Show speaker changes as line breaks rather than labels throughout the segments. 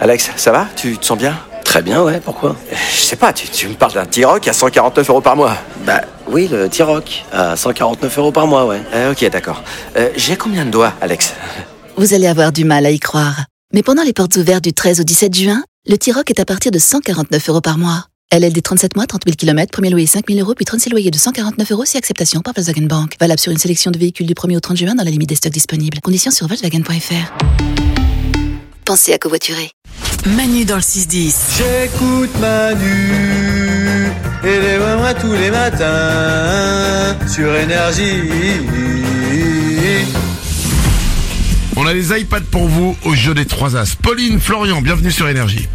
Alex, ça va Tu te sens bien
Très bien, ouais, pourquoi
Euh, Je sais pas, tu, tu me parles d'un T-Rock à 149 euros par mois.
Bah oui, le T-Rock, à 149 euros par mois, ouais.
Euh, ok, d'accord. Euh, J'ai combien de doigts, Alex
Vous allez avoir du mal à y croire. Mais pendant les portes ouvertes du 13 au 17 juin, le T-Rock est à partir de 149 euros par mois. LLD 37 mois, 30 000 km, premier loyer 5 000 euros, puis 36 loyers de 149 euros si acceptation par Volkswagen Bank. Valable sur une sélection de véhicules du 1er au 30 juin dans la limite des stocks disponibles. Conditions sur Volkswagen.fr. Pensez à covoiturer.
Manu dans le 6-10.
J'écoute Manu et les moi tous les matins sur énergie.
On a des iPads pour vous au jeu des trois as. Pauline, Florian, bienvenue sur Énergie.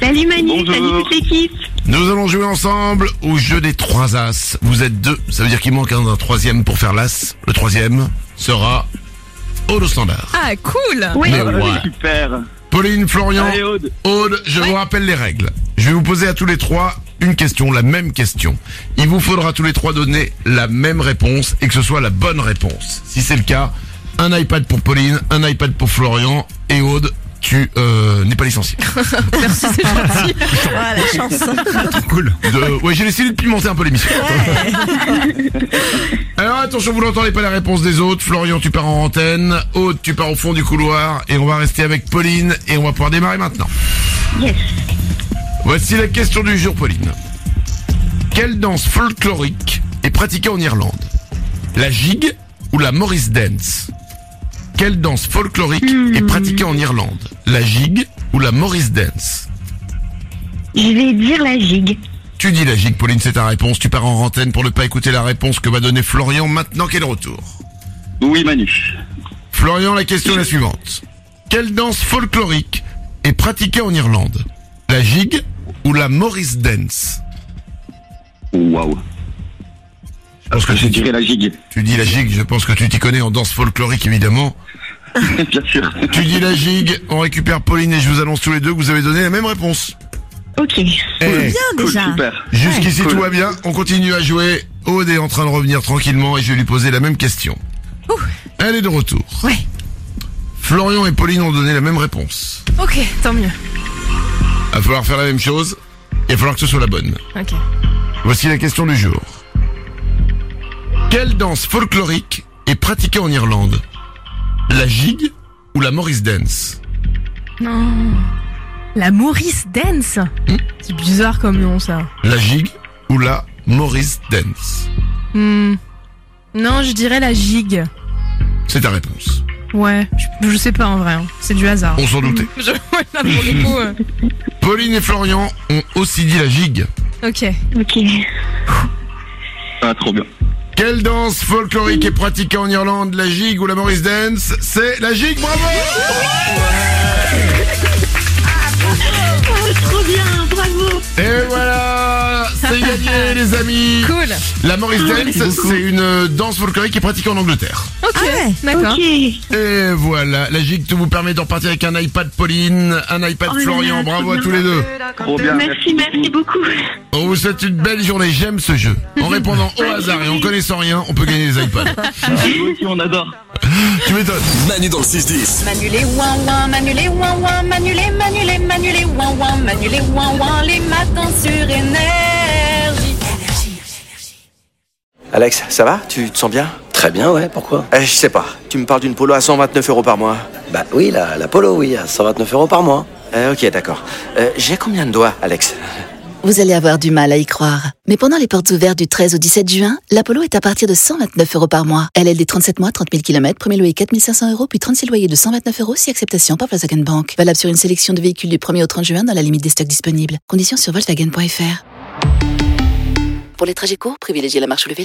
Salut Manu,
Bonjour.
salut toute l'équipe.
Nous allons jouer ensemble au jeu des trois as. Vous êtes deux, ça veut dire qu'il manque un, un troisième pour faire l'as. Le troisième sera Aude au standard.
Ah, cool
Oui,
Mais ouais.
Super.
Pauline, Florian,
Allez, Aude.
Aude, je vous rappelle les règles. Je vais vous poser à tous les trois une question, la même question. Il vous faudra tous les trois donner la même réponse et que ce soit la bonne réponse. Si c'est le cas, un iPad pour Pauline, un iPad pour Florian et Aude, tu euh, n'es pas licencié.
Merci, c'est gentil. Ah, la chance.
Cool. De- ouais, j'ai essayé de pimenter un peu l'émission. Alors attention, vous n'entendez pas la réponse des autres. Florian, tu pars en antenne. Aude, tu pars au fond du couloir. Et on va rester avec Pauline et on va pouvoir démarrer maintenant.
yes.
Voici la question du jour, Pauline. Quelle danse folklorique est pratiquée en Irlande La gigue ou la Morris Dance Quelle danse folklorique est pratiquée en Irlande La gigue ou la Morris Dance
Je vais dire la gigue.
Tu dis la gigue, Pauline, c'est ta réponse. Tu pars en rantaine pour ne pas écouter la réponse que va donner Florian maintenant qu'elle est de retour.
Oui, Manu.
Florian, la question est la suivante. Quelle danse folklorique est pratiquée en Irlande La gigue ou la Morris Dance
Waouh.
Parce que
Je
tu dis,
dirais la gigue.
tu dis la gigue, je pense que tu t'y connais en danse folklorique évidemment.
Bien sûr.
Tu dis la gigue, on récupère Pauline et je vous annonce tous les deux que vous avez donné la même réponse.
Ok.
Eh,
Cool, super.
Jusqu'ici
Cool.
tout va bien, on continue à jouer. Aude est en train de revenir tranquillement et je vais lui poser la même question. Elle est de retour.
Ouais.
Florian et Pauline ont donné la même réponse.
Ok, tant mieux.
Il va falloir faire la même chose et il va falloir que ce soit la bonne.
Ok.
Voici la question du jour. Quelle danse folklorique est pratiquée en Irlande La gigue ou la Morris Dance
La Maurice Dance C'est bizarre comme nom, ça.
La gigue ou la Morris Dance
Hmm. Non, je dirais la gigue.
C'est ta réponse.
Ouais, je, je sais pas en vrai. hein. C'est du hasard.
On s'en doutait.
Je- ouais, là, pour le coup, euh,
Pauline et Florian ont aussi dit la gigue.
Ok.
Ok.
Ah, trop bien.
Quelle danse folklorique est pratiquée en Irlande La gigue ou la Morris Dance C'est la gigue, bravo
Oh, trop bien, bravo.
Et voilà C'est gagné les amis
Cool.
La Morris Dance, c'est une euh, danse folklorique qui est pratiquée en Angleterre.
Ok,
Ah
d'accord.
Ok.
Et voilà, la gigue tout vous permet d'en partir avec un iPad Pauline, un iPad
Oh là
Florian,
là,
bravo à
trop
tous les deux.
Trop bien.
Merci, merci beaucoup.
On vous souhaite une belle journée, j'aime ce jeu. En répondant au hasard et en connaissant rien, on peut gagner des iPads.
Ah, Nous aussi, on adore.
tu m'étonnes.
Manu dans le 6-10.
Manu les ouin ouin, Manu les ouin ouin, Manu les Manu les Manu les ouin ouin, Manu les ouin ouin, les matins sur énergie.
Alex, ça va Tu te sens bien
Très bien, ouais, pourquoi
Eh, Je sais pas. Tu me parles d'une polo à 129 euros par mois.
Bah oui, la, la Polo, oui, à 129 euros par mois.
Euh, ok, d'accord. Euh, J'ai combien de doigts, Alex
Vous allez avoir du mal à y croire. Mais pendant les portes ouvertes du 13 au 17 juin, l'Apollo est à partir de 129 euros par mois. LLD 37 mois, 30 000 km, premier loyer 4500 euros, puis 36 loyers de 129 euros si acceptation par Volkswagen Bank. Valable sur une sélection de véhicules du 1er au 30 juin dans la limite des stocks disponibles. Conditions sur Volkswagen.fr. Pour les trajets courts, privilégiez la marche ou le vélo.